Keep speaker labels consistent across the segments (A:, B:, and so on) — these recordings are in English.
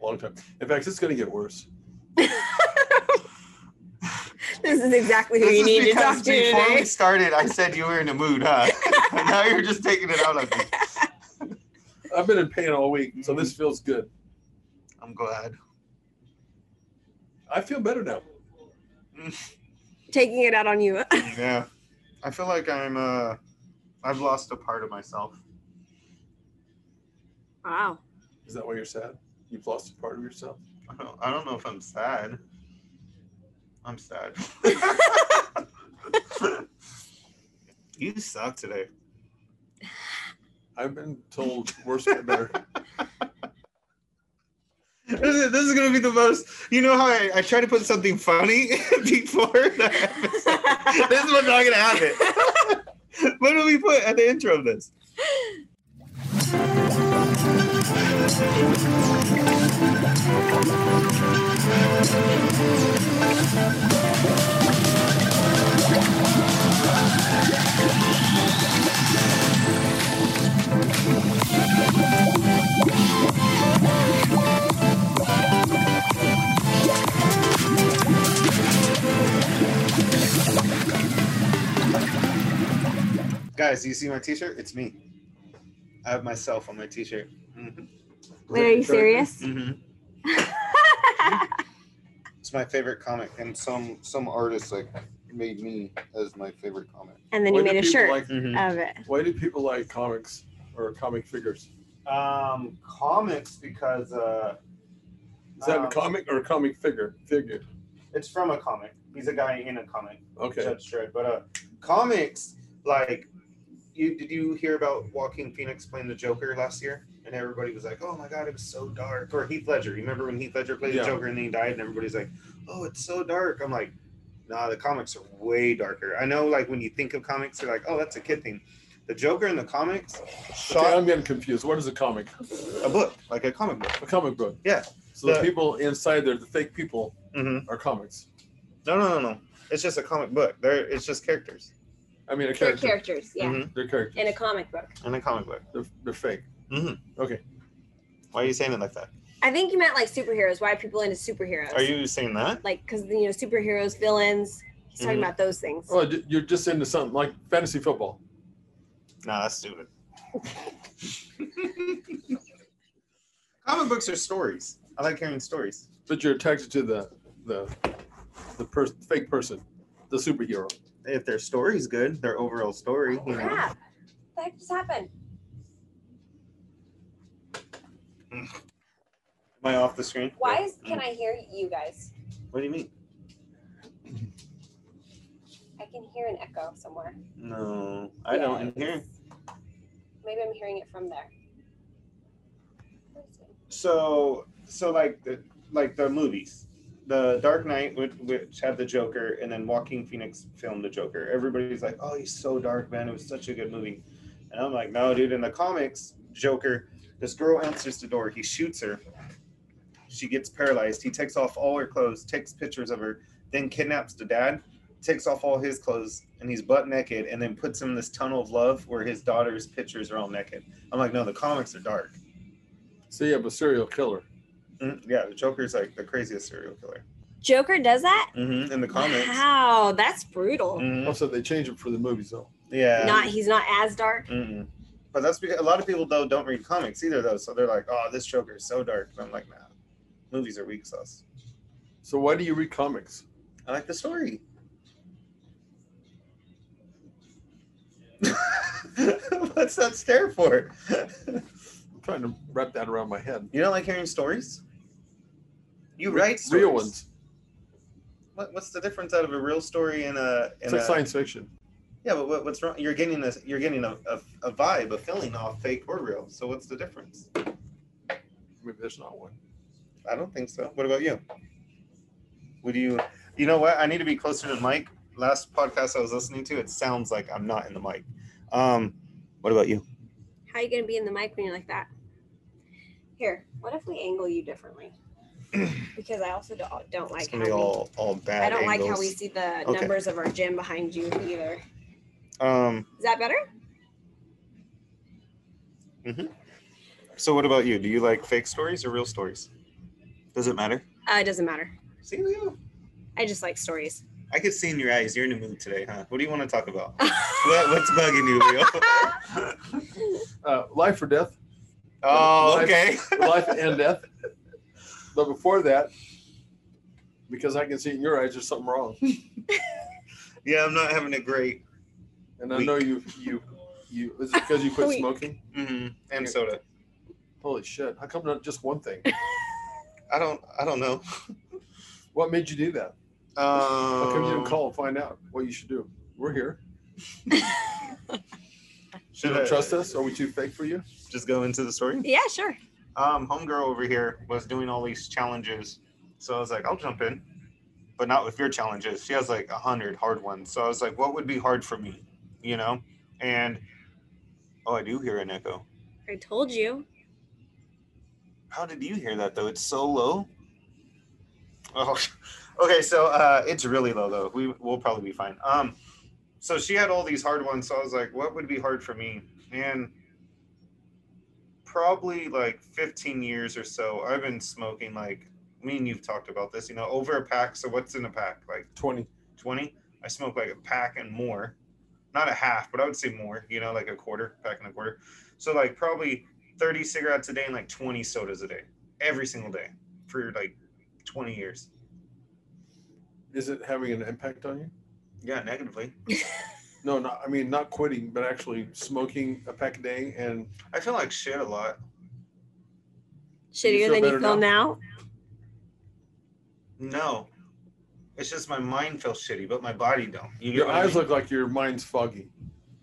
A: long time. In fact, it's going to get worse.
B: This is exactly who you need to talk to
C: before
B: today.
C: we started, I said you were in a mood, huh? now you're just taking it out on me.
A: I've been in pain all week, so this
C: Mm.
A: feels good.
C: I'm glad.
A: I feel better now.
B: Taking it out on you.
C: Yeah, I feel like I'm. uh I've lost a part of myself.
B: Wow.
A: Is that why you're sad? You've lost a part of yourself.
C: I don't, I don't know if I'm sad. I'm sad. you suck today.
A: I've been told worse but better.
C: This is, this is gonna be the most. You know how I, I try to put something funny before the episode. this is what's not gonna happen. what do we put at the intro of this? Guys, do you see my T-shirt? It's me. I have myself on my T-shirt. Mhm.
B: Wait, are you serious?
C: Mhm. It's my favorite comic, and some some artist like made me as my favorite comic.
B: and then you
A: Why do
B: made a
A: people
B: shirt
A: Like,
B: of it.
A: why do people like comics or comic figures?
C: Um, comics because uh,
A: Is that
C: um,
A: a comic or a comic figure? Figure.
C: It's from a comic. He's a guy in a comic.
A: Okay.
C: Judge Dredd. But uh, comics, like, you did you hear about Walking Phoenix playing the Joker last year? And everybody was like, "Oh my God, it was so dark." Or Heath Ledger. You Remember when Heath Ledger played
A: Yeah.
C: the Joker and then he died, and everybody's like, "Oh, it's so dark." I'm like, "Nah, the comics are way darker." I know, like, when you think of comics, you're like, "Oh, that's a kid thing." The Joker in the comics
A: Okay,
C: shot
A: I'm getting confused. What is a comic?
C: a book, like a comic book.
A: A comic book.
C: Yeah.
A: So the,
C: The-
A: people inside there, the fake people,
C: Mm-hmm.
A: are comics.
C: No, no, no, no. It's just a comic book. There, it's just characters
A: I mean, a
B: They're
A: character.
B: characters, yeah.
C: Mhm.
A: They're characters.
B: In a comic book.
C: in a comic book.
A: They're, they're fake.
C: Mm-hmm. Why are you saying it like that?
B: I think you meant like superheroes. Why are people into superheroes?
C: Are you saying that?
B: like because you know superheroes, villains? He's talking
C: Mhm.
B: about those things.
A: Oh, ju- you're just into something like fantasy football.
C: Nah, that's stupid. Comic books are stories. I like hearing stories.
A: But you're attached to the the the person, fake person, the superhero.
C: If their story's good, their overall story. You know.
B: Crap! What the heck just happened?
C: Am I off the screen?
B: Why is can I hear you guys?
C: What do you mean?
B: I can hear an echo somewhere.
C: No, I don't
B: Yes.
C: hear.
B: Maybe I'm hearing it from there.
C: So, so like the like the movies, the Dark Knight, which, which had the Joker, and then Walking Phoenix filmed the Joker. Everybody's like, "Oh, he's so dark, man! It was such a good movie." And I'm like, "No, dude. In the comics, Joker, this girl answers the door. He shoots her. She gets paralyzed. He takes off all her clothes, takes pictures of her, then kidnaps the dad, takes off all his clothes, and he's butt naked, and then puts him in this tunnel of love where his daughter's pictures are all naked. I'm like, no, the comics are dark.
A: So you have a serial killer.
C: Mm, yeah, the Joker's like the craziest serial killer
B: Joker does that?
C: mm-hmm. in the comics.
B: Wow, that's brutal.
C: Mhm.
A: Also, they change it for the movies though.
C: Yeah.
B: Not he's not as dark.
C: Mm-mm. But that's because a lot of people though don't read comics either though, so they're like, oh, this Joker is so dark, and I'm like, nah, movies are weak sauce.
A: So why do you read comics?
C: I like the story. What's that stare for?
A: I'm trying to wrap that around my head.
C: you don't like hearing stories? You write stories.
A: real ones.
C: What, what's the difference out of a real story and a? And
A: It's
C: uh,
A: like
C: a-
A: science fiction.
C: Yeah, but what, what's wrong? You're getting this. You're getting a, a, a vibe, a feeling off fake or real. So what's the difference?
A: Maybe there's not one.
C: I don't think so. What about you? Would you? You know what? I need to be closer to the mic. Last podcast I was listening to, it sounds like I'm not in the mic. Um, what about you?
B: How are you gonna be in the mic when you're like that? Here, what if we angle you differently? because I also don't, don't like how
C: It's gonna be
B: we,
C: all all bad.
B: I don't like how
C: angles.
B: we see the
C: Okay.
B: numbers of our gym behind you either.
C: Um.
B: Is that better?
C: So what about you? Do you like fake stories or real stories? Does it matter?
B: Uh, it doesn't matter.
C: See, Leo,
B: I just like stories.
C: I could see in your eyes. You're in the mood today, huh? What do you want to talk about? what, what's bugging you, Leo?
A: Uh, life or death,
C: oh, okay.
A: life and death. But before that, because I can see in your eyes there's something wrong,
C: Yeah, I'm not having a great.
A: and I know you, you, you. Is it because you quit
B: Weak.
A: smoking?
C: Mm-hmm. And soda.
A: Holy shit! How come not just one thing?
C: I don't. I don't know.
A: What made you do that?
C: Um,
A: How come you didn't call and find out what you should do? We're here. You
C: Should
A: don't trust us? Are we too fake for you?
C: Just go into the story.
B: yeah, sure.
C: um, homegirl over here was doing all these challenges. So I was like, I'll jump in, but not with your challenges. She has like a hundred hard ones. So I was like, what would be hard for me? You know? And oh, I do hear an echo.
B: I told you.
C: How did you hear that though? It's so low. Oh, okay. So uh, it's really low though. We will probably be fine. Um, so she had all these hard ones. So I was like, what would be hard for me? And probably like 15 years or so, I've been smoking like me and you've talked about this. You know, over a pack. So what's in a pack? Like
A: Twenty.
C: 20. I smoke like a pack and more, not a half, but I would say more. You know, like a quarter pack and a quarter. So like probably 30 cigarettes a day and like 20 sodas a day, every single day for like 20 years.
A: Is it having an impact on you?
C: Yeah, negatively.
A: No, not. I mean, not quitting, but actually smoking a pack a day and
C: I feel like shit a lot.
B: Shittier
A: feel
B: than you
A: better
B: feel now.
C: No, it's just my mind feels shitty, but my body don't. You get
A: your
C: what I
A: eyes
C: mean?
A: look like your mind's foggy.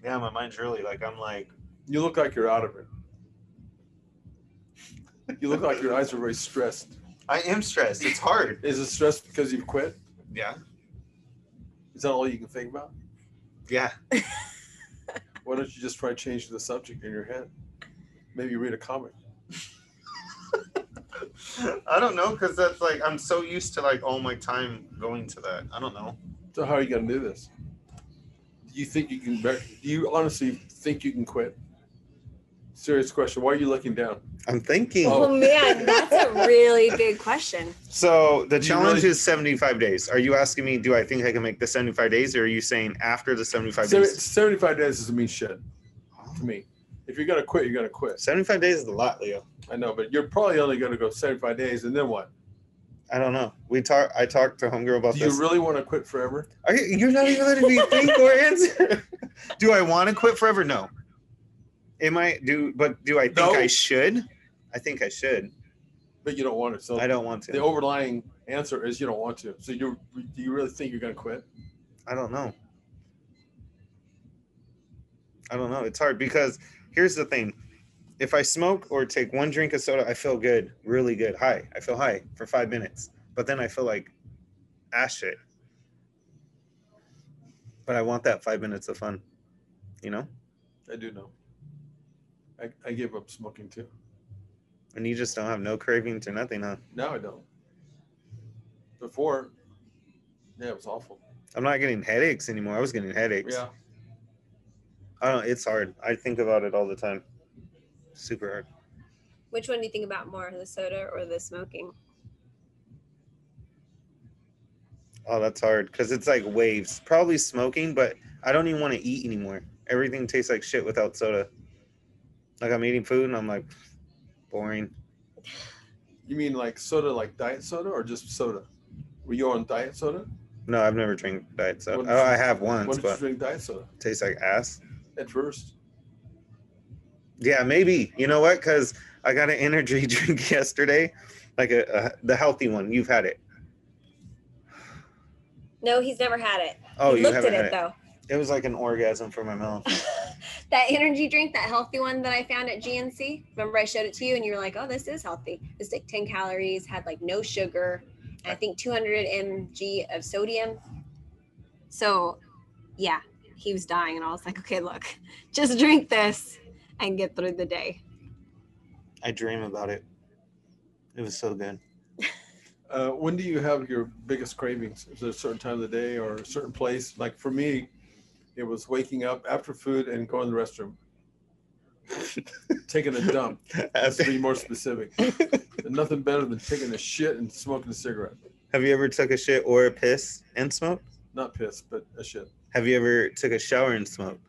C: yeah, my mind's really like I'm like
A: You look like you're out of it. You look like your eyes are very stressed.
C: I am stressed. It's hard.
A: Is it stress because you've quit?
C: yeah,
A: Is that all you can think about?
C: yeah.
A: Why don't you just try changing the subject in your head? Maybe read a comic.
C: I don't know because that's like I'm so used to like all my time going to that. I don't know.
A: So how are you gonna do this? Do you think you can? Do you honestly think you can quit? Serious question. Why are you looking down?
C: I'm thinking.
B: Oh. man, that's a really big question.
C: So the
A: You
C: challenge
A: really-
C: is 75 days. Are you asking me, do I think I can make the 75 days, or are you saying after the 75
A: Seven-
C: days?
A: Seventy-five days doesn't mean shit to me. If you're gonna quit, you're gonna quit.
C: 75 days is a lot, Leo.
A: I know, but you're probably only gonna go seventy-five days, and then what?
C: I don't know. We talk. I talked to homegirl about
A: Do
C: this.
A: you really want to quit forever?
C: Are you, you're not even letting me think or answer. do I want to quit forever? No. Am I do? But do I think
A: No.
C: I should? I think I should.
A: But you don't want it. So
C: I don't want
A: the
C: to.
A: overlying answer is you don't want to. So you do you really think you're gonna quit?
C: I don't know. I don't know. It's hard because here's the thing. If I smoke or take one drink of soda, I feel good, really good, high. I feel high for five minutes, but then I feel like ash shit. But I want that five minutes of fun, you know?
A: I do know. I, I gave up smoking too.
C: And you just don't have no cravings or nothing, huh?
A: Now I don't. Before, yeah, it was awful.
C: I'm not getting headaches anymore. I was getting headaches.
A: Yeah.
C: I don't. It's hard. I think about it all the time. Super hard.
B: Which one do you think about more, the soda or the smoking?
C: Oh, that's hard because it's like waves. Probably smoking, but I don't even want to eat anymore. Everything tastes like shit without soda. Like I'm eating food and I'm like, boring.
A: You mean like soda, like diet soda, or just soda? Were you on diet soda?
C: No, I've never drank diet soda.
A: What did
C: Oh,
A: you-
C: I have once,
A: What did you
C: but
A: drink diet soda
C: it tastes like ass.
A: at first?
C: Yeah, maybe. You know what? Because I got an energy drink yesterday, like a, a the healthy one. You've had it.
B: No, he's never had it.
C: Oh,
B: he
C: you
B: looked
C: haven't
B: at
C: had
B: it
C: it.
B: though.
C: It was like an orgasm for my mouth.
B: That energy drink, that healthy one that I found at GNC. Remember, I showed it to you, and you were like, "Oh, this is healthy. It's like 10 calories, had like no sugar, and I think 200 mg of sodium." So, yeah, he was dying, and I was like, "Okay, look, just drink this and get through the day."
C: I dream about it. It was so good.
A: Uh, when do you have your biggest cravings? Is there a certain time of the day or a certain place? Like for me, it was waking up after food and going to the restroom. taking a dump. Let's
C: Have,
A: be more specific. Nothing better than taking a shit and smoking a cigarette.
C: have you ever took a shit or a piss and smoked?
A: Not piss, but a shit.
C: Have you ever took a shower and smoked?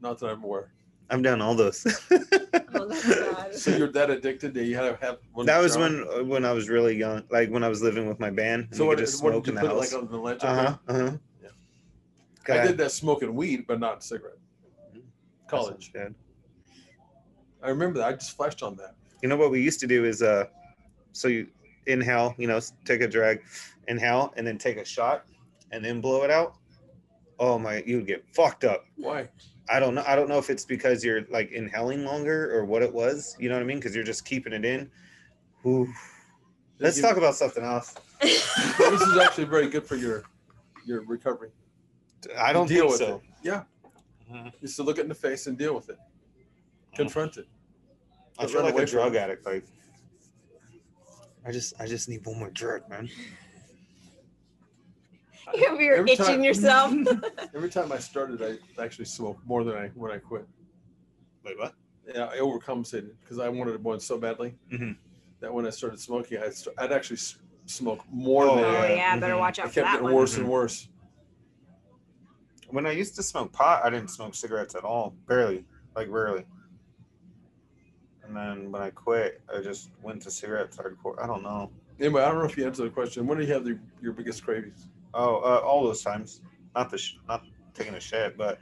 A: Not that I'm aware.
C: I've done all those.
B: Oh, that's God.
A: So you're that addicted that you had to have one.
C: that was
A: shower?
C: when when I was really young, like when I was living with my band. and
A: So
C: we
A: what,
C: could just
A: what
C: smoke
A: did you
C: in the
A: put it
C: house.
A: like on the ledge? up
C: Uh
A: there?
C: huh. Uh huh.
A: Yeah. I did that smoking weed, but not cigarette.
C: Mm-hmm.
A: College. I remember that. I just flashed on that.
C: You know what we used to do is uh, so you inhale, you know, s- take a drag, inhale, and then take a shot, and then blow it out. Oh my, you would get fucked up.
A: Why?
C: I don't know. I don't know if it's because you're like inhaling longer or what it was. You know what I mean? Because you're just keeping it in. Ooh. Let's
A: You-
C: talk about something else.
A: This is actually very good for your your recovery.
C: I
A: You
C: don't
A: deal
C: think
A: with
C: so. Mm-hmm.
A: it. Yeah, is to look it in the face and deal with it. Confront it.
C: I
A: Don't
C: feel
A: run
C: like
A: away
C: a
A: from
C: drug
A: it.
C: addict. Like, I just, I just need one more drug, man.
B: You're over here
A: Every
B: itching
A: time-
B: yourself.
A: Every time I started, I actually smoked more than I when I quit.
C: Wait, what?
A: Yeah, I overcompensated because I wanted one so badly
C: Mhm.
A: that when I started smoking, I'd, st- I'd actually s- smoke more
C: Oh, Mm-hmm.
A: than
B: oh
A: I,
B: yeah, better
C: Mhm.
B: watch
A: I
B: out
A: kept
B: for that
A: getting
B: one.
A: worse and worse.
C: When I used to smoke pot, I didn't smoke cigarettes at all, barely, like rarely. And then when I quit, I just went to cigarettes hardcore. I don't know.
A: Anyway, I don't know if you answered the question. When do you have the, your biggest cravings?
C: Oh, uh, all those times, not the, sh- not taking a shit, but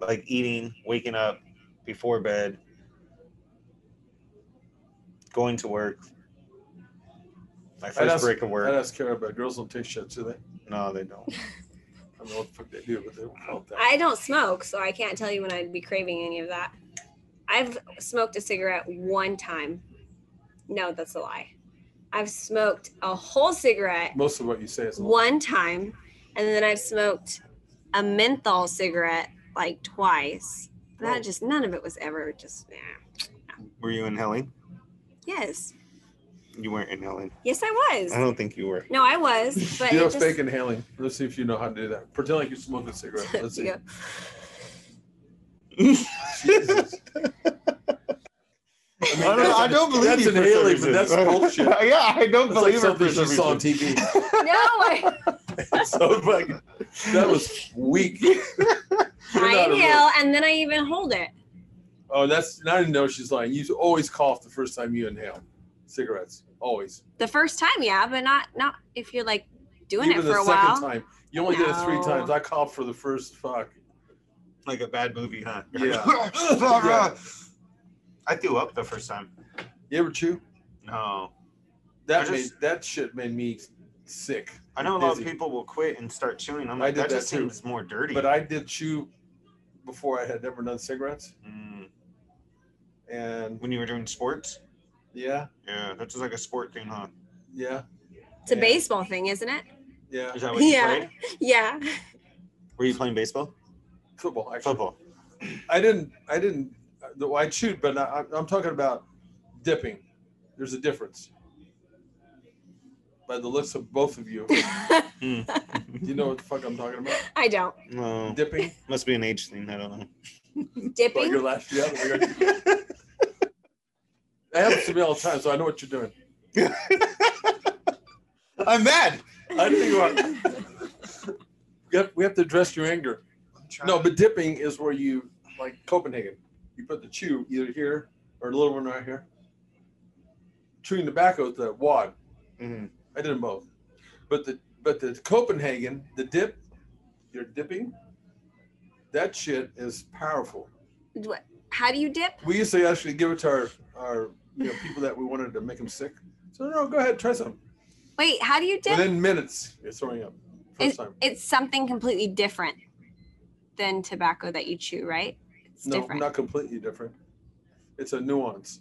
C: like eating, waking up before bed, going to work. My first
A: ask-
C: break of work.
A: I'd ask Kara, but girls don't take shit, do they?
C: No, they don't.
A: I don't know what the fuck they do, but they don't count that.
B: I don't smoke, so I can't tell you when I'd be craving any of that. I've smoked a cigarette one time. No, that's a lie. I've smoked a whole cigarette
A: Most of what you say is a lie.
B: one time, and then I've smoked a menthol cigarette like twice.
A: Oh.
B: That just none of it was ever just nah.
C: Were you inhaling?
B: yes,
C: You weren't inhaling.
B: yes, I was.
C: I
A: Uh-huh.
C: don't think you were.
B: no, I was, but
A: you know,
B: it
A: fake
B: just,
A: inhaling. Let's see if you know how to do that. Pretend like you're smoking a cigarette. Let's see.
B: Yeah.
A: Jesus. I, mean, that's- that's inhaling, but that's bullshit. That's
C: yeah, I don't
A: like
C: believe it
A: something
C: for
A: she
C: some
A: saw on
C: reason.
A: TV.
B: no, I,
A: so fucking, that was weak. You're
B: I
A: not a real-
B: inhale and then I even hold it.
A: Oh, that's now I know she's lying. You always cough the first time you inhale cigarettes. Always.
B: The first time, yeah, but not not if you're like doing
A: Even
B: it
A: the
B: for a
A: second
B: while.
A: time. You only did it three
B: No.
A: times. I coughed for the first fuck.
C: Like a bad movie, huh?
A: Yeah.
C: Yeah. I threw up the first time.
A: You ever chew?
C: No.
A: That
C: I just-
A: made that shit made me sick.
C: I know a lot of
A: Dizzy.
C: people will quit and start chewing. I'm
A: I
C: like,
A: did
C: that,
A: that
C: just
A: too.
C: seems more dirty.
A: But I did chew before I had ever done cigarettes,
C: Mm,
A: and
C: when you were doing sports?
A: yeah,
C: Yeah, that's just like a sport thing, huh?
A: yeah,
B: It's a
A: Yeah.
B: baseball thing, isn't it?
A: yeah.
C: Is that what you
B: Yeah.
C: played?
B: Yeah.
C: Were you playing baseball?
A: Football, actually.
C: Football.
A: I didn't. I didn't. Though I chewed, but I, I'm- I'm talking about dipping. There's a difference. By the looks of both of you,
B: I
C: Hmm.
A: you know what the fuck I'm talking about.
B: don't.
C: No.
A: Dipping.
C: Must be an age thing. I don't know.
A: Like your
B: Dipping.
A: last yeah. like your- That happens to me all the time, so I know what you're doing.
C: I'm mad.
A: I think you are. We have, we have to address your anger. No, but dipping is where you like Copenhagen. You put the chew either here or a little one right here. Chewing tobacco is the wad.
C: Mhm.
A: I did them both. But the but the Copenhagen, the dip, you're dipping. That shit is powerful.
B: What- How do you dip?
A: We used to actually give it to our our you know people that we wanted to make them sick. So no, go ahead, try some.
B: Wait, how do you dip?
A: Within minutes, you're throwing up. First time.
B: It's something completely different than tobacco that you chew, right? It's
A: No,
B: different.
A: not completely different. It's a nuance.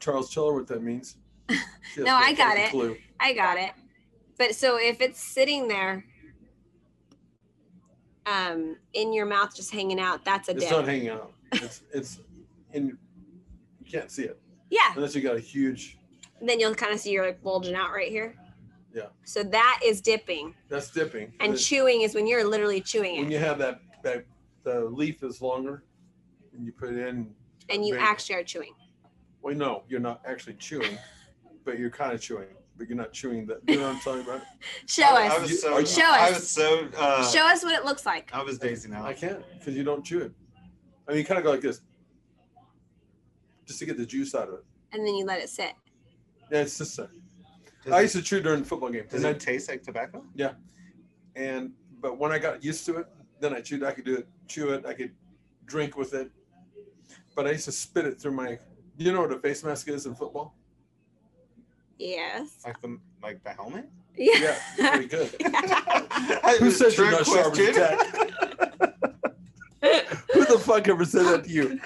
A: Charles, tell her what that means. She has
B: No, I got
A: fucking
B: it.
A: Clue.
B: I got it. But so if it's sitting there um in your mouth just hanging out, that's a
A: It's
B: dip.
A: not hanging out. It's it's in. You can't see it
B: yeah.
A: unless you got a huge.
B: Then you'll kind of see you're like bulging out right here.
A: Yeah.
B: So that is dipping.
A: That's dipping.
B: And
A: It-
B: chewing is when you're literally chewing
A: when
B: it.
A: you have that that the leaf is longer, and you put in.
B: and you
A: vape.
B: actually are chewing.
A: Well, no, you're not actually chewing, but you're kind of chewing, but you're not chewing. That you know what I'm talking about?
B: Show
C: I, I
B: us.
C: was so,
A: Are you-
B: Show
C: I
B: us.
C: was so, uh,
B: Show us what it looks like.
C: I was dazing
A: I
C: out.
A: can't because you don't chew it. I mean, you kind of go like this, just to get the juice out of it.
B: And then you let it sit.
A: Yeah, it's just. A, I used
C: Does it,
A: to chew during football games,
C: does
A: and, I,
C: it taste like tobacco?
A: and but when I got used to it, then I chewed. I could do it, chew it. I could drink with it, but I used to spit it through my. You know what a face mask is in football?
B: Yes.
C: Like the, like the helmet?
A: Yeah, it's pretty good.
C: Who
A: Who says you're not sharp as a tack? Who the fuck ever said that to you?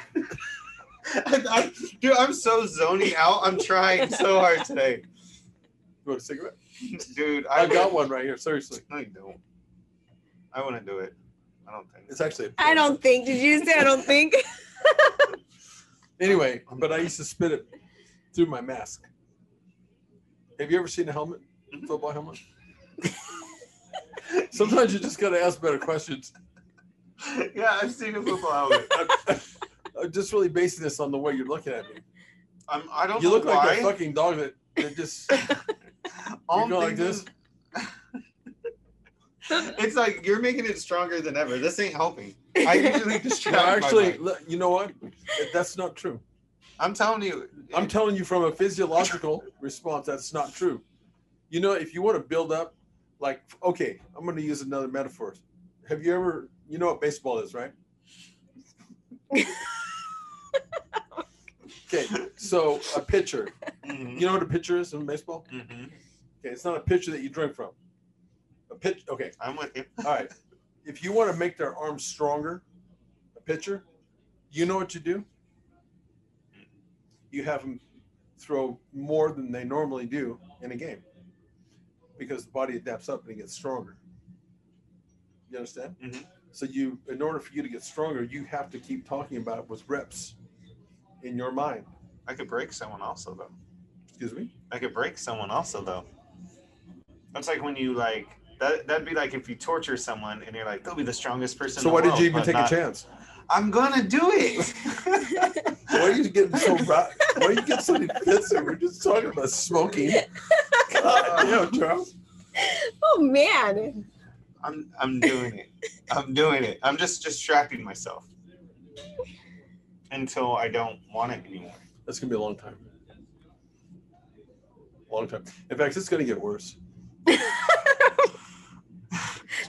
C: I, I, dude, I'm so zoning out. I'm trying so hard today.
A: You want a cigarette?
C: Dude, I,
A: I got one right here. Seriously,
C: No, you don't. I wouldn't do it. I don't think.
A: it's actually.
B: I don't think. Did you say I don't think?
A: Anyway, but I used to spit it through my mask. Have you ever seen a helmet? Football helmet? Sometimes you just gotta ask better questions.
C: yeah, I've seen a football helmet.
A: I'm, I'm just really basing this on the way you're looking at me.
C: I'm, I don't
A: You
C: know
A: look like
C: why.
A: that fucking dog that, that just
C: All
A: you go like
C: I'm thinking is- it's like you're making it stronger than ever. This ain't helping. I usually distract.
A: No, actually,
C: actually,
A: le- you know what? That's not true.
C: I'm telling you.
A: I'm telling you from a physiological response, that's not true. You know, if you want to build up, like, okay, I'm going to use another metaphor. Have you ever, you know what baseball is, right? okay, so a pitcher.
C: Mhm,
A: You know what a pitcher is in baseball?
C: mhm.
A: Okay, it's not a pitcher that you drink from. A pitch, okay,
C: I'm with you.
A: all right. If you want to make their arms stronger, a pitcher, you know what you do? You have them throw more than they normally do in a game because the body adapts up and it gets stronger. You understand?
C: Mhm.
A: So you, in order for you to get stronger, you have to keep talking about it with reps in your mind.
C: I could break someone also though.
A: Excuse me.
C: I could break someone also though. That's like when you like that. That'd be like if you torture someone and you're like, "They'll be the strongest person."
A: So
C: in
A: why
C: the
A: did you even
C: world," but
A: take
C: not-
A: a chance?
C: I'm gonna do it.
A: Why are you getting so ra- Why are you getting so defensive? We're just talking about smoking. God, damn, Charles.
B: Oh man.
C: I'm I'm doing it. I'm doing it. I'm just distracting myself until I don't want it anymore.
A: That's gonna be a long time. Long time. In fact, it's gonna get worse.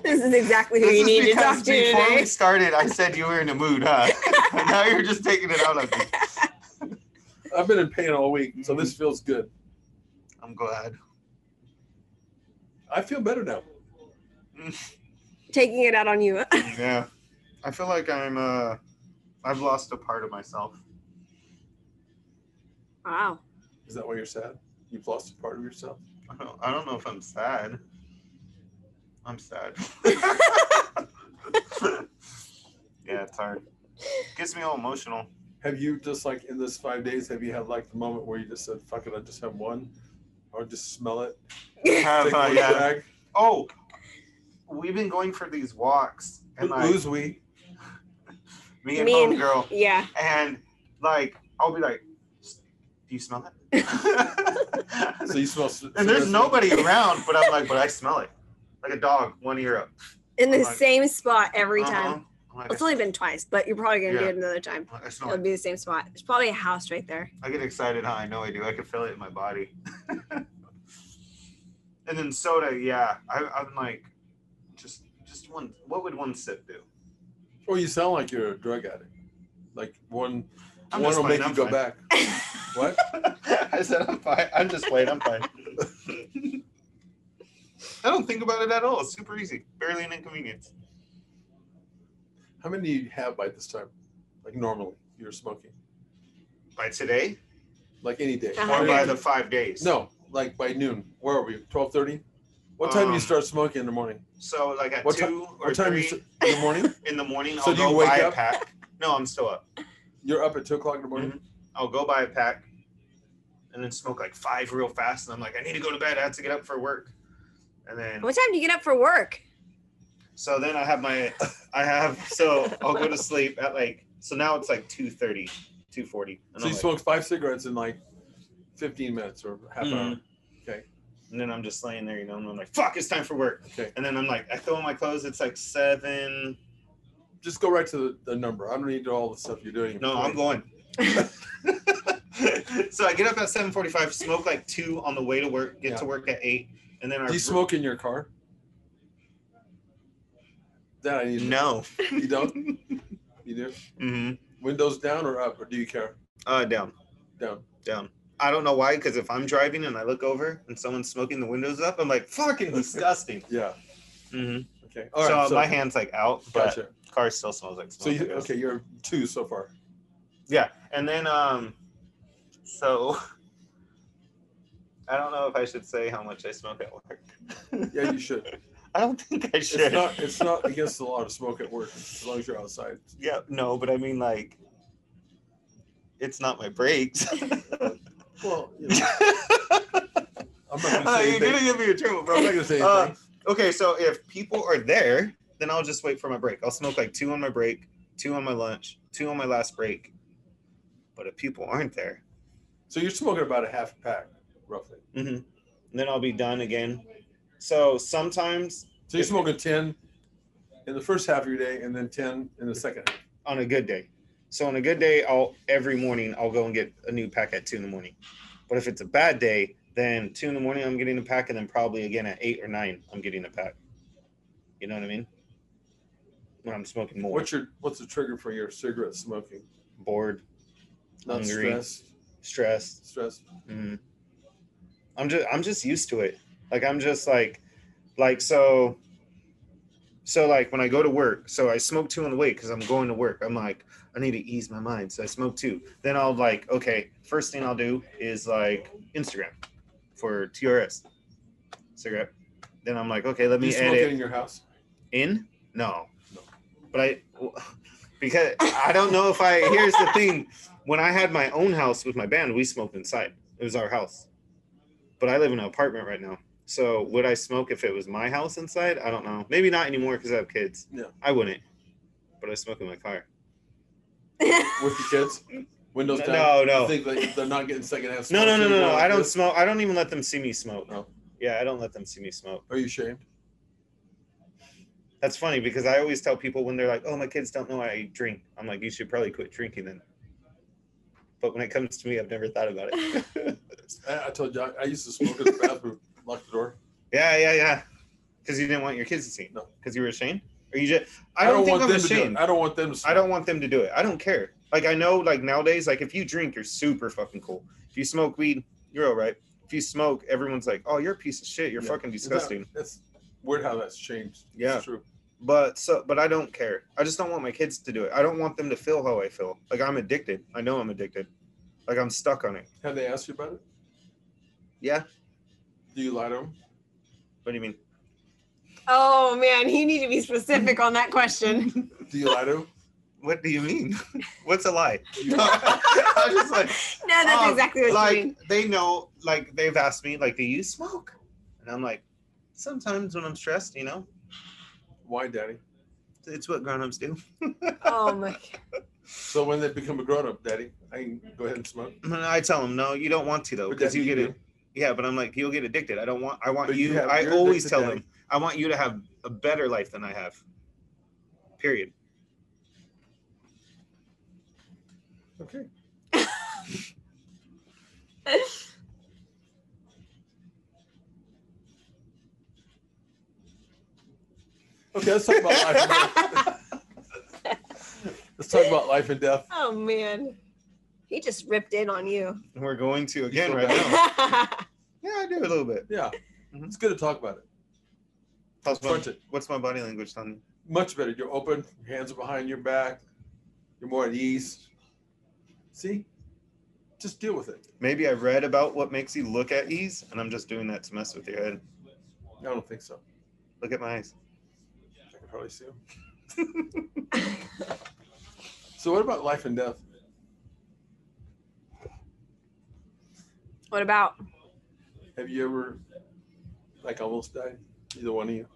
B: This is exactly who
C: This
B: you
C: is
B: need to
C: because
B: talk to
C: before we
B: today.
C: started, I said you were in a mood, huh? And now you're just taking it out on me.
A: I've been in pain all week, so this feels good.
C: I'm glad.
A: I feel better now.
B: Taking it out on you.
C: Yeah, I feel like I'm. Uh, I've lost a part of myself.
B: Wow.
A: Is that why you're sad? You've lost a part of yourself.
C: I don't, I don't know if I'm sad. I'm sad. yeah, it's hard. Gets me all emotional.
A: Have you just like in this five days? Have you had like the moment where you just said, "Fuck it, I just have one," or just smell it?
C: Have,
A: take
C: uh,
A: one
C: yeah.
A: drag,
C: Oh, we've been going for these walks, and like
A: lose we.
C: me and
B: Me and-
C: homegirl,
B: Yeah.
C: and like I'll be like, "Do you smell it?"
A: So you smell. c-
C: and there's
A: cigarettes.
C: nobody around, but I'm like, "But I smell it, like a dog, one ear up
B: In the
C: I'm like-
B: same spot every
C: Uh-huh.
B: time.
C: I'm like,
B: It's only been twice, but you're probably gonna do
C: Yeah.
B: it another time.
C: I, I smell
B: It'll
C: it.
B: be the same spot. There's probably a house right there.
C: I get excited, huh? I know I do. I can feel it in my body. and then soda, yeah. I, I'm like, just just one. What would one sip do?
A: Or you sound like you're a drug addict. Like one,
C: I'm
A: one
C: just
A: will
C: playing,
A: make you go
C: I'm fine.
A: back. What?
C: I said, I'm fine. I'm just playing. I'm fine. I don't think about it at all. It's super easy. Barely an inconvenience.
A: How many do you have by this time? Like normally, you're smoking.
C: By today
A: Like any day.
B: Uh-huh.
C: or by the five days?
A: No, like by noon. Where are we? Twelve thirty. What time do you
C: Um,
A: start smoking in the morning?
C: So, like at
A: What ti-
C: two or
A: What time
C: three
A: you st- in the morning?
C: in the morning,
A: So
C: I'll
A: do you
C: go
A: wake
C: buy
A: up?
C: a pack. No, I'm still up.
A: You're up at two o'clock in the morning.
C: I'll go buy a pack and then smoke like five real fast. And I'm like, I need to go to bed. I have to get up for work. And then
B: What time do you get up for work?
C: So then I have my, I have, so I'll go to sleep at like So now it's like 230, 240. And,
A: So
C: I'm
A: you
C: like-
A: smoked five cigarettes in like 15 minutes or half an
C: Mm-hmm.
A: hour.
C: and then I'm just laying there, you know, and I'm like, fuck, it's time for work.
A: Okay.
C: And then I'm like, I throw on my clothes. It's like seven.
A: Just go right to the, the number. I don't need all the stuff you're doing.
C: No, I'm going. so I get up at 7:45, smoke like two on the way to work, get
A: Yeah.
C: to work at eight, and then our
A: Do you smoke in your car? That I need. to know.
D: No.
A: You don't? you do?
D: Mm-hmm.
A: Windows down or up, or do you care?
D: Uh, down,
A: Down.
D: down.
C: I don't know why, because if I'm driving and I look over and someone's smoking the windows up, I'm like, fucking disgusting.
A: Yeah.
D: Mm-hmm.
A: Okay. All
D: so,
A: right.
D: my hand's like out, but
A: gotcha.
D: car still smells like
A: So
D: smoke. I
A: you
D: guess.
A: okay? You're two so far.
D: Yeah, and then um, so I don't know if I should say how much I smoke at work.
A: Yeah, you should.
D: I don't think I should.
A: It's not. It's not against the law to smoke at work as long as you're outside.
D: yeah, no, but I mean like, it's not my breaks.
A: Well, you know,
D: Uh,
A: I'm not gonna say
D: you're gonna
A: anything.
D: give me a trouble,
A: I'm
D: bro.
A: not gonna say anything.
D: Uh, okay, so if people are there, then I'll just wait for my break. I'll smoke like two on my break, two on my lunch, two on my last break. But if people aren't there,
A: so you're smoking about a half pack, roughly.
D: mm-hmm.
C: then I'll be done again. So sometimes
A: So you're smoking ten in the first half of your day, and then ten in the second. half.
C: on a good day. So on a good day, I'll every morning I'll go and get a new pack at two in the morning. But if it's a bad day, then two in the morning I'm getting a pack, and then probably again at eight or nine I'm getting a pack. You know what I mean? When I'm smoking more,
A: What's your What's the trigger for your cigarette smoking?
C: bored,
A: Not
C: Hungry.
A: stress.
C: stressed.
A: Stress.
C: Mhm. I'm just I'm just used to it. Like I'm just like like so so like when I go to work, so I smoke two on the way because I'm going to work. I'm like, I need to ease my mind. So I smoke two. Then I'll like, okay, first thing I'll do is like Instagram for TRS cigarette. Then I'm like, okay, let
A: Do you
C: me
A: smoke
C: edit
A: it in your house?
C: in? No.
A: No.
C: But I because I don't know if I here's the thing. When I had my own house with my band, we smoked inside. It was our house. But I live in an apartment right now. So would I smoke if it was my house inside? I don't know. Maybe not anymore because I have kids.
A: Yeah.
C: I wouldn't. But I smoke in my car.
A: With the kids? Windows
C: No,
A: down.
C: no, no.
A: You think that they're not getting second half.
C: No, no, no, no, no. I don't
A: Smoke.
C: smoke. I don't even let them see me smoke.
A: No.
C: Yeah, I don't let them see me smoke.
A: Are you ashamed?
C: That's funny because I always tell people when they're like, "Oh, my kids don't know I drink." I'm like, "You should probably quit drinking then." But when it comes to me, I've never thought about it.
A: I, I told you I, I used to smoke in the bathroom, lock the door.
C: yeah, yeah, yeah. Because you didn't want your kids to see.
A: No.
C: Because you were ashamed. Or you just? I don't, think
A: want
C: I'm
A: them to do
C: ashamed.
A: it. I don't want them to.
C: I don't want them to do it. I don't care. Like I know, like nowadays, like if you drink, you're super fucking cool. If you smoke weed, you're all right. If you smoke, everyone's like, "Oh, you're a piece of shit. You're
A: Yeah.
C: fucking
A: Is that-
C: disgusting."
A: That's weird how that's changed.
C: Yeah.
A: It's true.
C: but so but i don't care i just don't want my kids to do it i don't want them to feel how i feel like i'm addicted i know i'm addicted like i'm stuck on it
A: Have they asked you about it?
C: Yeah.
A: Do you lie to them?
C: what do you mean
B: oh man, you need to be specific on that question.
A: Do you lie to them?
C: what do you mean what's a lie
A: You-
C: i was just like
B: No, that's
C: Um,
B: exactly what you mean.
C: like they know like they've asked me like do you smoke and i'm like sometimes when i'm stressed you know
A: Why, Daddy?
C: it's what grown-ups do
B: Oh my.
A: So when they become a grown up, Daddy, I can go ahead and smoke.
C: and i tell them no you don't want to though
A: But
C: because
A: Daddy,
C: you get
A: you
C: it yeah but i'm like you'll get addicted i don't want i want
A: But
C: you,
A: you have-
C: i
A: you're
C: always
A: addicted,
C: tell
A: Daddy.
C: them i want you to have a better life than i have period
A: Okay. Okay, let's talk about life. And death. let's talk about life and death.
B: oh man. He just ripped in on you.
C: And We're going to again
A: feel
C: right
A: bad?
C: now. Yeah, I do a little bit.
A: Yeah,
C: Mhm.
A: it's good to talk about it.
C: How's my,
A: Front it.
C: what's my body language, Tony?
A: Much better. You're open. Your hands are behind your back. You're more at ease. See, just deal with it.
C: Maybe I read about what makes you look at ease, and I'm just doing that to mess with your head.
A: I don't think so.
C: Look at my eyes.
A: I can probably see him. so, what about life and death?
B: what about?
A: Have you ever, like, almost died? Either one of you?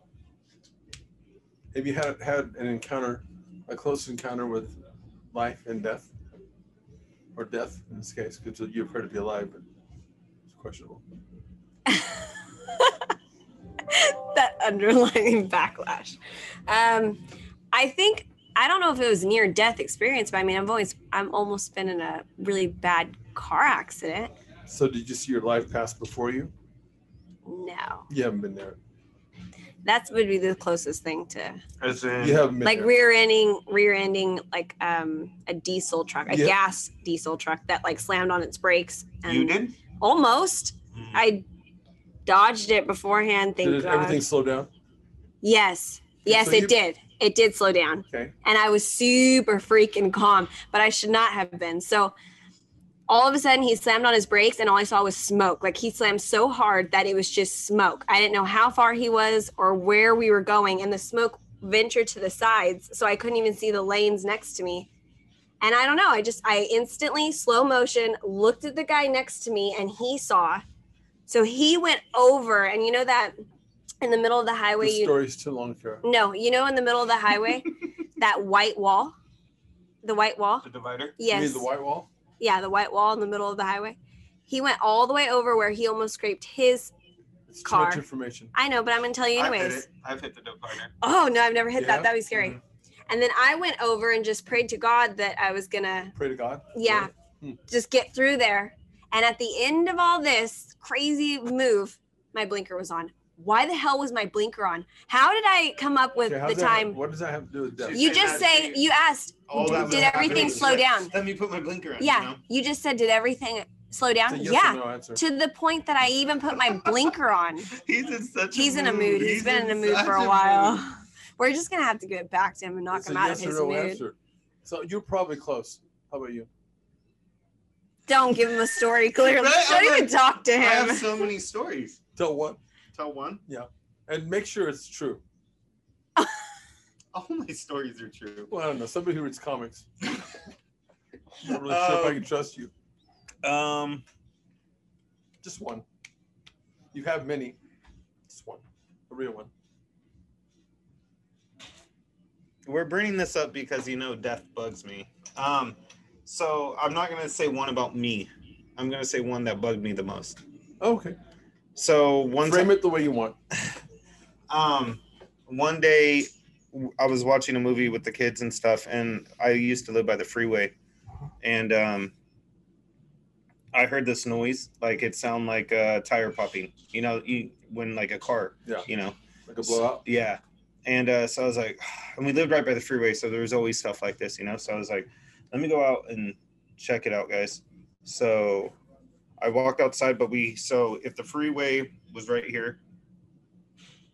A: Have you had had an encounter, a close encounter with life and death, or death in this case, because you appear to be alive, but it's questionable.
B: that underlying backlash. Um, I think I don't know if it was near death experience, but I mean, I've always I'm almost been in a really bad car accident.
A: So, did you see your life pass before you?
B: No,
A: You haven't been there.
B: that would be the closest thing to
C: As in,
A: You haven't been
B: like
A: there.
B: rear ending, rear ending like um a diesel truck, a
A: Yeah.
B: gas diesel truck that like slammed on its brakes. And
C: you did?
B: almost. I dodged it beforehand. Thank
A: Mm-hmm. Did it-
B: God.
A: everything slow down?
B: Yes. Yes,
A: So
B: it
A: you-
B: did. It did slow down.
A: Okay.
B: And I was super freaking calm, but I should not have been. So all of a sudden he slammed on his brakes and all I saw was smoke. Like he slammed so hard that it was just smoke. I didn't know how far he was or where we were going and the smoke ventured to the sides so I couldn't even see the lanes next to me. And I don't know, I just I instantly slow motion looked at the guy next to me and he saw. So he went over and you know that in the middle of the highway
A: The
B: you
A: story's too long, Kara.
B: no, you know, in the middle of the highway, that white wall, the white wall.
C: The divider?
A: You mean
B: Yes.
A: the white wall?
B: yeah, the white wall in the middle of the highway. He went all the way over where he almost scraped his.
A: It's too
B: Car.
A: much information.
B: I know, but I'm gonna tell you
C: I've hit
B: anyways.
C: it. I've hit the divider.
B: Oh no, I've never hit
A: Yeah?
B: that. That'd be scary.
A: Mhm.
B: And then I went over and just prayed to God that I was gonna,
A: Pray to God.
B: yeah,
A: Hmm.
B: just get through there. And at the end of all this crazy move, my blinker was on. Why the hell was my blinker on? How did I come up with
A: Okay, how
B: the
A: does that have-
B: time?
A: what does that have to do with death?
E: You
B: You
E: say
B: just
E: that
B: say
E: to you.
B: you asked
E: All
B: Did-
E: that was
B: did
E: happening
B: everything
E: was
B: slow
E: like,
B: down?
E: Let me put my blinker on.
B: Yeah,
E: You know?
B: you just said, did everything slow
A: It's a
B: down?
A: yes
B: yeah,
A: or no answer.
B: to the point that I even put my blinker on.
E: He's in such.
B: He's in a mood. He's been in a mood for a while. We're just gonna have to get back to him and knock
A: It's a
B: him out
A: yes
B: of
A: or
B: his
A: no
B: mood.
A: answer. So you're probably close. How about you?
B: Don't give him a story. Clearly,
E: Right?
B: don't
E: I'm
B: even talk to
E: I have
B: him.
E: so many stories.
A: Tell what?
E: Tell one.
A: And make sure it's true.
E: All my stories are true.
A: Well, I don't know. Somebody who reads comics. I'm not really sure if I can trust you.
C: Um,
A: Just one. You have many. Just one. A real one.
C: we're bringing this up because you know death bugs me. Um, so I'm not gonna say one about me. I'm gonna say one that bugged me the most.
A: Okay.
C: So one
A: Frame
C: time,
A: it the way you want.
C: um, one day w- I was watching a movie with the kids and stuff, and I used to live by the freeway, and um, I heard this noise like it sounded like uh, tire popping. You know, you, when like a car.
A: Yeah.
C: You know.
A: Like a blowout.
C: Yeah. And uh, so I was like, and we lived right by the freeway, so there was always stuff like this, you know. So I was like, let me go out and check it out, guys. So I walked outside, but we so if the freeway was right here,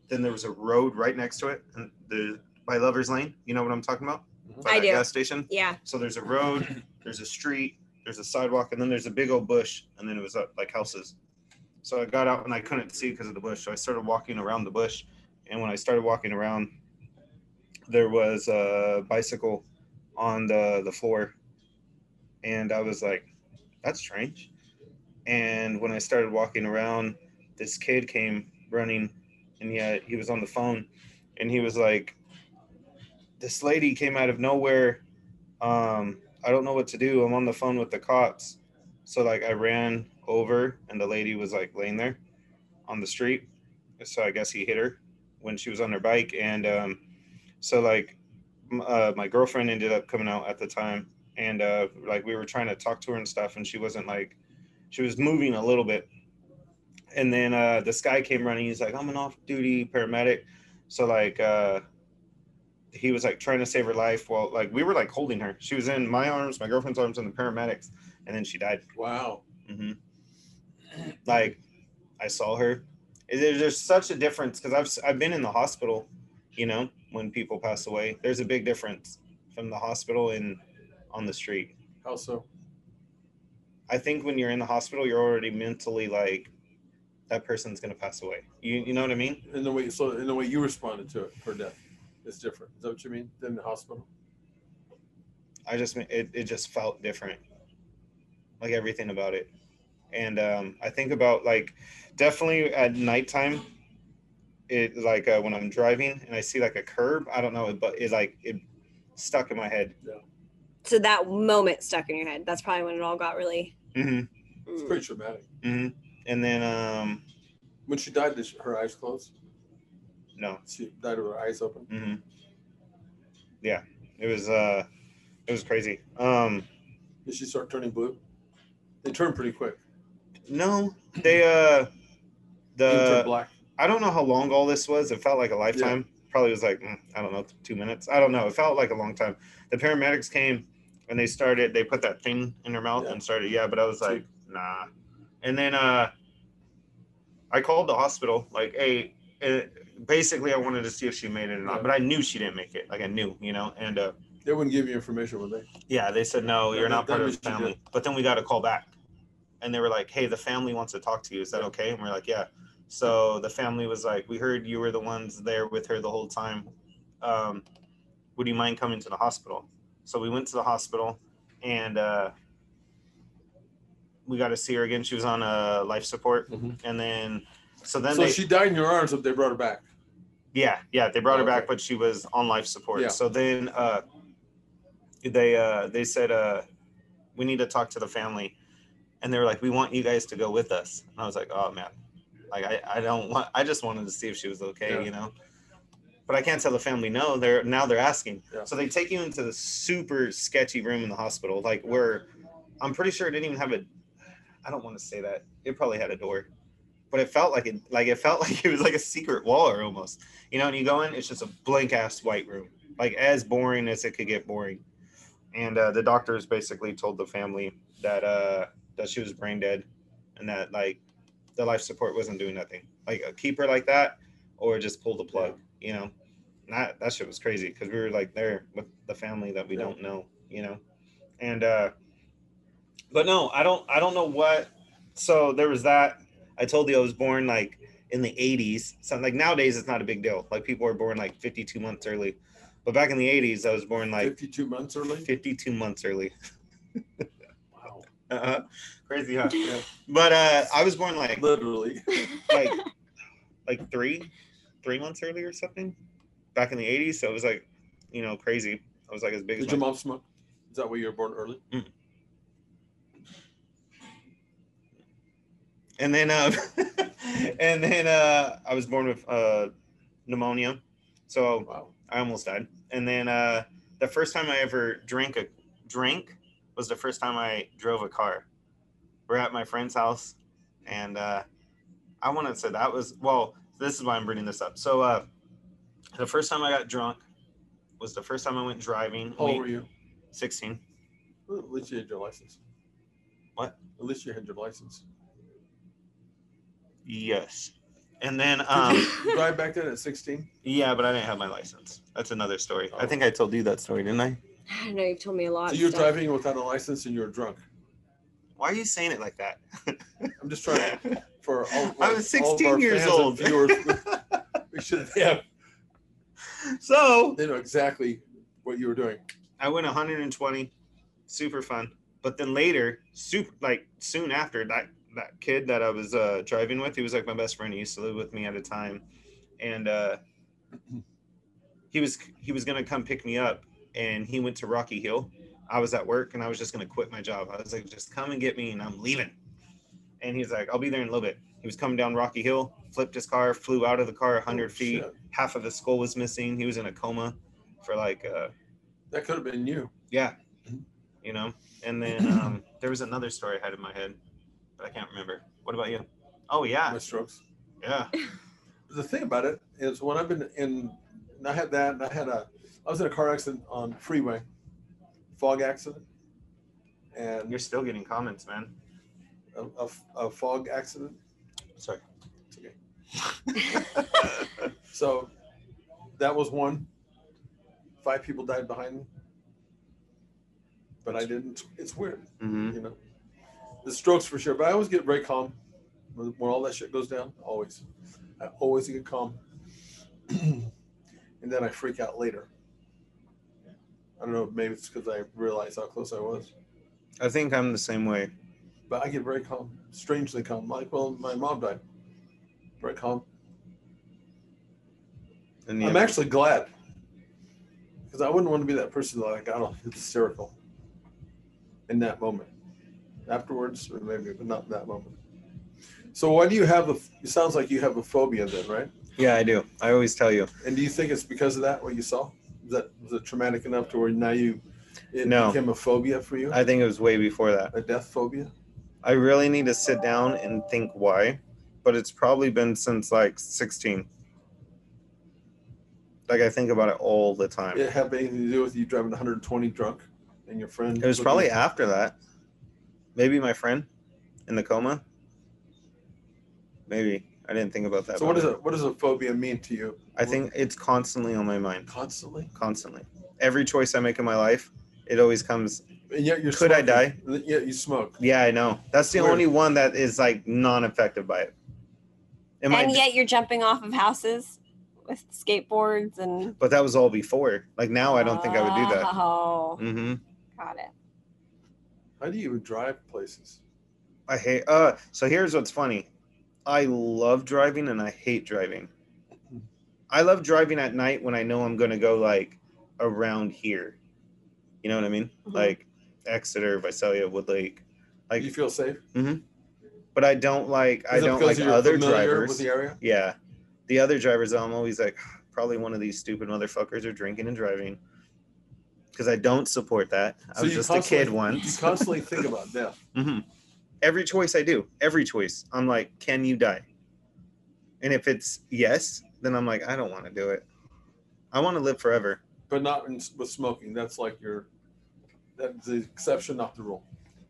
C: then there was a road right next to it, and the by Lover's Lane. You know what I'm talking about?
A: Mhm.
C: By
B: I
C: that
B: do.
C: gas station.
B: Yeah,
C: So there's a road, there's a street, there's a sidewalk, and then there's a big old bush, and then it was uh, like houses. So I got out and I couldn't see because of the bush. So I started walking around the bush, and when I started walking around, there was a bicycle on the the floor, and I was like, "That's strange." And when I started walking around, this kid came running, and yeah, he was on the phone, and he was like, "This lady came out of nowhere." um, I don't know what to do. I'm on the phone with the cops. So like I ran over and the lady was like laying there on the street. So I guess he hit her when she was on her bike. And um, so like m- uh, my girlfriend ended up coming out at the time and uh, like we were trying to talk to her and stuff and she wasn't like, she was moving a little bit. And then uh, this guy came running. He's like, I'm an off duty paramedic. So like, uh, he was like trying to save her life while like we were like holding her. She was in my arms, my girlfriend's arms, and the paramedics, and then she died.
A: Wow.
C: hmm Like I saw her. There- There's such a difference because I've s- I've been in the hospital, you know, when people pass away. There's a big difference from the hospital and on the street.
A: How so?
C: I think when you're in the hospital, you're already mentally like that person's gonna pass away. You you know what I mean?
A: In the way so in the way you responded to it for death is different. Is that what you mean? Than the hospital?
C: I just it, it just felt different, like everything about it. And um, I think about like definitely at nighttime, it like uh, when I'm driving and I see like a curb, I don't know, but it like it stuck in my head.
A: Yeah.
B: so that moment stuck in your head. That's probably when it all got really.
C: hmm
A: It's
B: mm.
A: pretty traumatic.
C: hmm And then um,
A: When she died, did she, her eyes closed?
C: no,
A: She died with her eyes open.
C: hmm yeah, it was uh, it was crazy. Um,
A: Did she start turning blue? They turn pretty quick.
C: no, they uh,
A: They turn
C: the
A: black.
C: I don't know how long all this was. It felt like a lifetime. Probably was like mm, I don't know, two minutes. I don't know. It felt like a long time. The paramedics came and they started. They put that thing in her mouth
A: Yeah.
C: and started. Yeah, but I was
A: Two.
C: like, nah. And then uh, I called the hospital. Like, hey, eh, basically, I wanted to see if she made it or not.
A: Yeah.
C: But I knew she didn't make it. Like I knew, you know. And uh,
A: They wouldn't give you information, would they?
C: yeah, they said no,
A: Yeah,
C: you're
A: that-
C: not
A: that
C: part of
A: means
C: the
A: you
C: family. But then we got a call back, and they were like, "Hey, the family wants to talk to you. Is that okay?" And we're like, "Yeah." So the family was like, "We heard you were the ones there with her the whole time. Um, would you mind coming to the hospital?" So we went to the hospital, and uh, we got to see her again. She was on a life support,
A: Mhm.
C: and then so then
A: so
C: they,
A: she died in your arms, but they brought her back.
C: yeah, yeah, they brought her
A: Okay.
C: back, but she was on life support.
A: Yeah.
C: So then uh, they uh, they said uh, we need to talk to the family, and they were like, we want you guys to go with us. And I was like, oh man, like I, I don't want. I just wanted to see if she was okay,
A: Yeah.
C: you know. But I can't tell the family no. They're now they're asking.
A: Yeah.
C: So they take you into the super sketchy room in the hospital, like where I'm pretty sure it didn't even have a. I don't want to say that. It probably had a door, but it felt like it. Like it felt like it was like a secret wall or almost you know, and you go in, it's just a blank ass white room, like as boring as it could get boring. And uh, the doctors basically told the family that uh, that she was brain dead, and that like the life support wasn't doing nothing. Like uh, keep her like that, or just pull the plug. You know, And that that shit was crazy because we were like there with the family that we
A: Yeah.
C: don't know. You know, and uh, but no, I don't. I don't know what. So there was that. I told you I was born like in the 80s. So like nowadays, it's not a big deal. Like people are born like 52 months early, but back in the 80s, I was born like
A: 52 months early?
C: 52 months early.
A: Wow.
C: Uh-huh. Crazy, huh?
A: Yeah.
C: But uh, I was born like
A: Literally.
C: like like three three months early or something back in the 80s. So it was like you know crazy. I was like as big
A: Did
C: as
A: your
C: my,
A: mom smoke? Is that why you were born early?
C: and then uh, and then uh, I was born with uh, pneumonia. So
A: Wow.
C: I almost died. And then uh, the first time I ever drank a drink was the first time I drove a car. We're at my friend's house, and uh, I want to say that was well. This is why I'm bringing this up. So uh, the first time I got drunk was the first time I went driving.
A: How old
C: We-
A: were you?
C: Sixteen.
A: Well, At least you had your license.
C: What?
A: At least you had your license.
C: Yes. And then
A: Did
C: um,
A: you drive back then at 16?
C: yeah, but I didn't have my license. That's another story. I
A: Oh.
C: think I told you that story, didn't I?
B: I don't know. You've told me a lot.
A: So
B: of
A: you were
B: stuff.
A: driving without a license and you were drunk.
C: Why are you saying it like that?
A: I'm just trying to, for all, like,
C: I was
A: all of
C: 16
A: our
C: years
A: fans and
C: old.
A: Viewers, we should have,
C: so
A: they know exactly what you were doing.
C: I went 120, super fun. But then later, super like soon after that that kid that I was uh, driving with, he was like my best friend. He used to live with me at a time, and uh, he was he was gonna come pick me up, and he went to Rocky Hill. I was at work, and I was just gonna quit my job. I was like, just come and get me, and I'm leaving. And he's like, I'll be there in a little bit. He was coming down Rocky Hill, flipped his car, flew out of the car 100
A: Oh,
C: feet.
A: shit.
C: Half of his skull was missing. He was in a coma for like uh,
A: That could have been you.
C: yeah. You know, and then um, there was another story I had in my head, but I can't remember. What about you? Oh, yeah.
A: My strokes.
C: Yeah.
A: the thing about it is when I've been in, and I had that, and I had a, I was in a car accident on freeway, fog accident, and
C: You're still getting comments, man.
A: a, a, a fog accident.
C: Sorry.
A: It's
C: okay.
A: So that was one. Five people died behind me, but I didn't. It's weird,
C: hmm
A: you know. The strokes for sure, but I always get very calm when, when all that shit goes down. Always, I always get calm, and then I freak out later. I don't know. Maybe it's because I realized how close I was,
C: I think I'm the same way.
A: but I get very calm, strangely calm. Like, well, my mom died. Very calm.
C: And
A: I'm actually glad because I wouldn't want to be that person that like got all hysterical. in that moment. Afterwards, or maybe, but not in that moment. So why do you have a? It sounds like you have a phobia then, right?
C: Yeah, I do. I always tell you.
A: And do you think it's because of that what you saw? Is that was it traumatic enough to where now you it
C: No.
A: became a phobia for you?
C: I think it was way before that.
A: a death phobia?
C: I really need to sit down and think why, but it's probably been since like 16. Like I think about it all the time.
A: It have anything to do with you driving 120 drunk and your friend?
C: It was
A: looking-
C: probably after that. Maybe my friend in the coma. Maybe I didn't think about that.
A: So what
C: but
A: does a what does a phobia mean to you?
C: I think it's constantly on my mind,
A: constantly.
C: constantly. Every choice I make in my life, it always comes.
A: And yet you're
C: Could I
A: smoking. Yeah, you smoke.
C: Yeah, I know. That's the
A: Weird.
C: only one that is like non-affected by it. Am I?
B: and yet you're jumping off of houses with skateboards and.
C: but that was all before. Like now, I don't think I would do that.
B: Oh,
C: hmm
B: got it.
A: How do you drive places?
C: I hate. Uh, so here's what's funny. I love driving and I hate driving. I love driving at night when I know I'm gonna go like around here. You know what I mean?
A: Mm-hmm.
B: Mhm.
C: Like Exeter, Visalia, Woodlake.
A: do you
C: Like,
A: feel safe? Is
C: but I don't like. I
A: it
C: don't
A: because
C: like
A: you're
C: other
A: familiar
C: drivers.
A: with the area.
C: Yeah. The other drivers, I'm always like, probably one of these stupid motherfuckers are drinking and driving. Because I don't support that. I
A: So
C: was
A: you
C: just a
A: constantly-
C: kid
A: You
C: once.
A: constantly think about death.
C: hmm Every choice I do, every choice, I'm like, can you die? And if it's yes, then I'm like, I don't want to do it. I want to live forever.
A: but not in, with smoking. That's like your that's the exception, not the rule.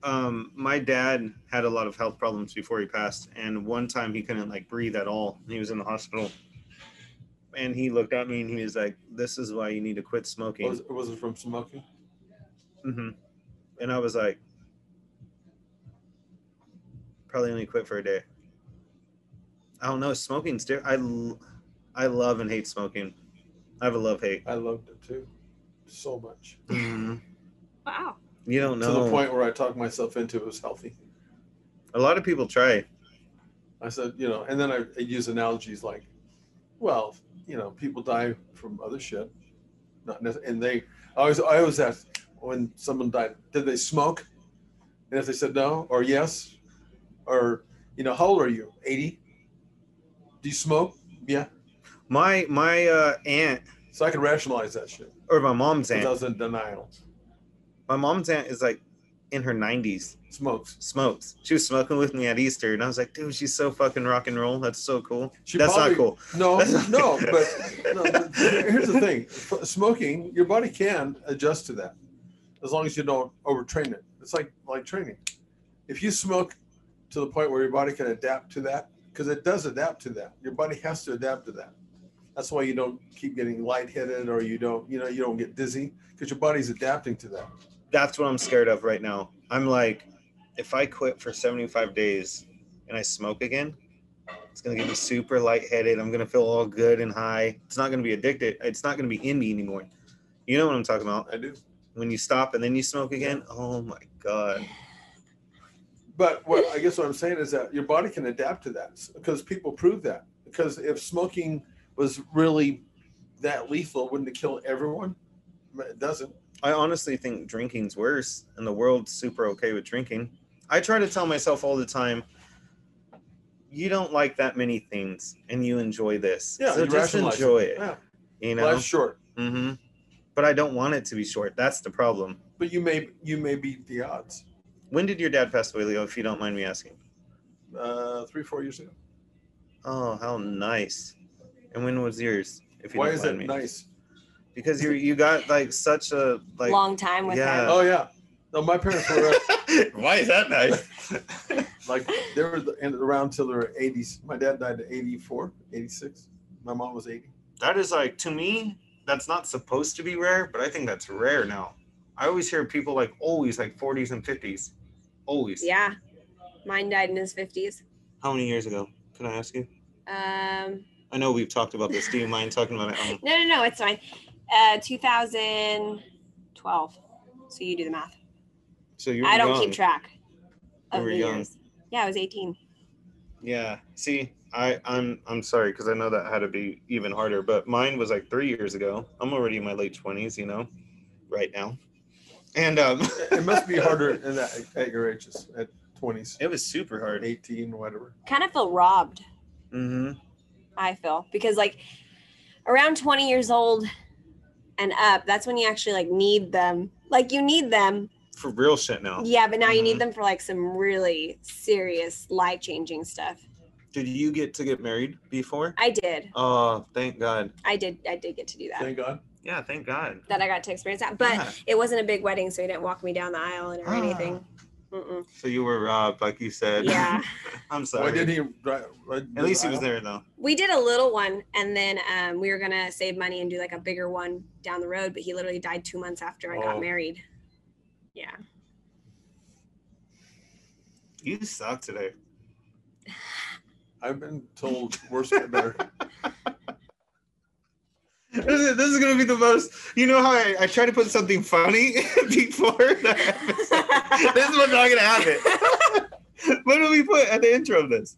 C: Um, my dad had a lot of health problems before he passed, and one time he couldn't like breathe at all. He was in the hospital, and he looked at me and he was like, "This is why you need to quit smoking."
A: Was, was it from smoking?
C: hmm And I was like, probably only quit for a day. I don't know. Smoking's different. I, l- I love and hate smoking. I have a love hate.
A: I loved it too, so much
B: Wow.
C: You don't know.
A: Mm-hmm. to the point where I talked myself into it was healthy.
C: A lot of people try.
A: I said, you know, and then I, I use analogies like, well, you know, people die from other shit, not nec- and they. I always I always ask when someone died, did they smoke? And if they said no or yes, or you know, how old are you? Eighty. Do you smoke? Yeah.
C: My my uh, aunt
A: So I could rationalize that shit.
C: or my mom's
A: Because I
C: aunt.
A: was in denial.
C: My mom's aunt is like in her 90s.
A: Smokes.
C: Smokes. She was smoking with me at Easter, and I was like, dude, she's so fucking rock and roll. That's so cool.
A: She
C: That's
A: probably-
C: not cool.
A: No, no, but, no, but here's the thing: F- smoking, your body can adjust to that, as long as you don't overtrain it. It's like like training. If you smoke to the point where your body can adapt to that, because it does adapt to that, your body has to adapt to that. That's why you don't keep getting lightheaded or you don't, you know, you don't get dizzy because your body's adapting to that.
C: that's what I'm scared of right now. I'm like, if I quit for 75 days and I smoke again, it's gonna get me super lightheaded. I'm gonna feel all good and high. It's not gonna be addicted. It's not gonna be in me anymore. You know what I'm talking about?
A: I do.
C: When you stop and then you smoke again, oh my god.
A: But what I guess what I'm saying is that your body can adapt to that because people prove that. Because if smoking was really that lethal, wouldn't it kill everyone? But It doesn't.
C: I honestly think drinking's worse, and the world's super okay with drinking. I try to tell myself all the time, you don't like that many things, and you enjoy this.
A: Yeah,
C: so
A: you
C: just
A: rationalize
C: enjoy it.
A: Yeah,
C: You know,
A: life's short,
C: Mm-hmm. But I don't want it to be short. That's the problem.
A: but you may you may beat the odds.
C: When did your dad pass away, Leo? If you don't mind me asking.
A: Uh, three four years ago.
C: Oh, how nice! And when was yours? If you
A: Why
C: don't
A: is
C: mind
A: that
C: me.
A: nice?
C: Because you you got like such a like.
B: Long time with
C: yeah.
B: him.
A: Oh yeah. No, my parents were uh,
C: Why is that nice?
A: like they were the- and around till their 80s. My dad died at 84, 86. My mom was 80.
C: that is like to me. That's not supposed to be rare, but I think that's rare now. I always hear people like always like 40s and 50s, always.
B: Yeah. Mine died in his 50s.
C: How many years ago? Can I ask you?
B: Um,
C: I know we've talked about this. Do you mind talking about it? Um,
B: no, no, no. It's fine. Uh, 2012. So you do the math.
C: so you're
B: I don't
C: young.
B: keep track of
C: You were
B: the
C: young.
B: years. Yeah, I was 18.
C: Yeah. See, I, I'm I'm sorry because I know that had to be even harder, but mine was like three years ago. I'm already in my late twenties, you know, right now. And um,
A: It must be harder in that, at your ages, at 20s,
C: It was super hard.
A: 18, whatever.
B: Kind of feel robbed.
C: Mm-hmm.
B: I feel because like around 20 years old and up, that's when you actually like need them. Like you need them,
C: For real shit now.
B: yeah, but now you
C: Mhm.
B: need them for like some really serious life changing stuff.
C: Did you get to get married before?
B: I did,
C: Oh, thank God.
B: I did, I did get to do that.
A: Thank God.
C: Yeah, thank God.
B: That I got to experience that, but
C: Yeah.
B: it wasn't a big wedding, so he didn't walk me down the aisle or
C: Ah.
B: anything. Mm-mm.
C: So you were robbed, like you said.
B: Yeah,
C: I'm sorry.
A: Why didn't he? dri- why-
C: At least he was there though.
B: we did a little one, and then um, we were gonna save money and do like a bigger one down the road. But he literally died two months after I
A: Oh.
B: got married. Yeah,
C: You suck today.
A: I've been told worse but better.
C: This is, this is gonna be the most. You know how I, I try to put something funny before the episode. this is what's not gonna happen. what do we put at the intro of this?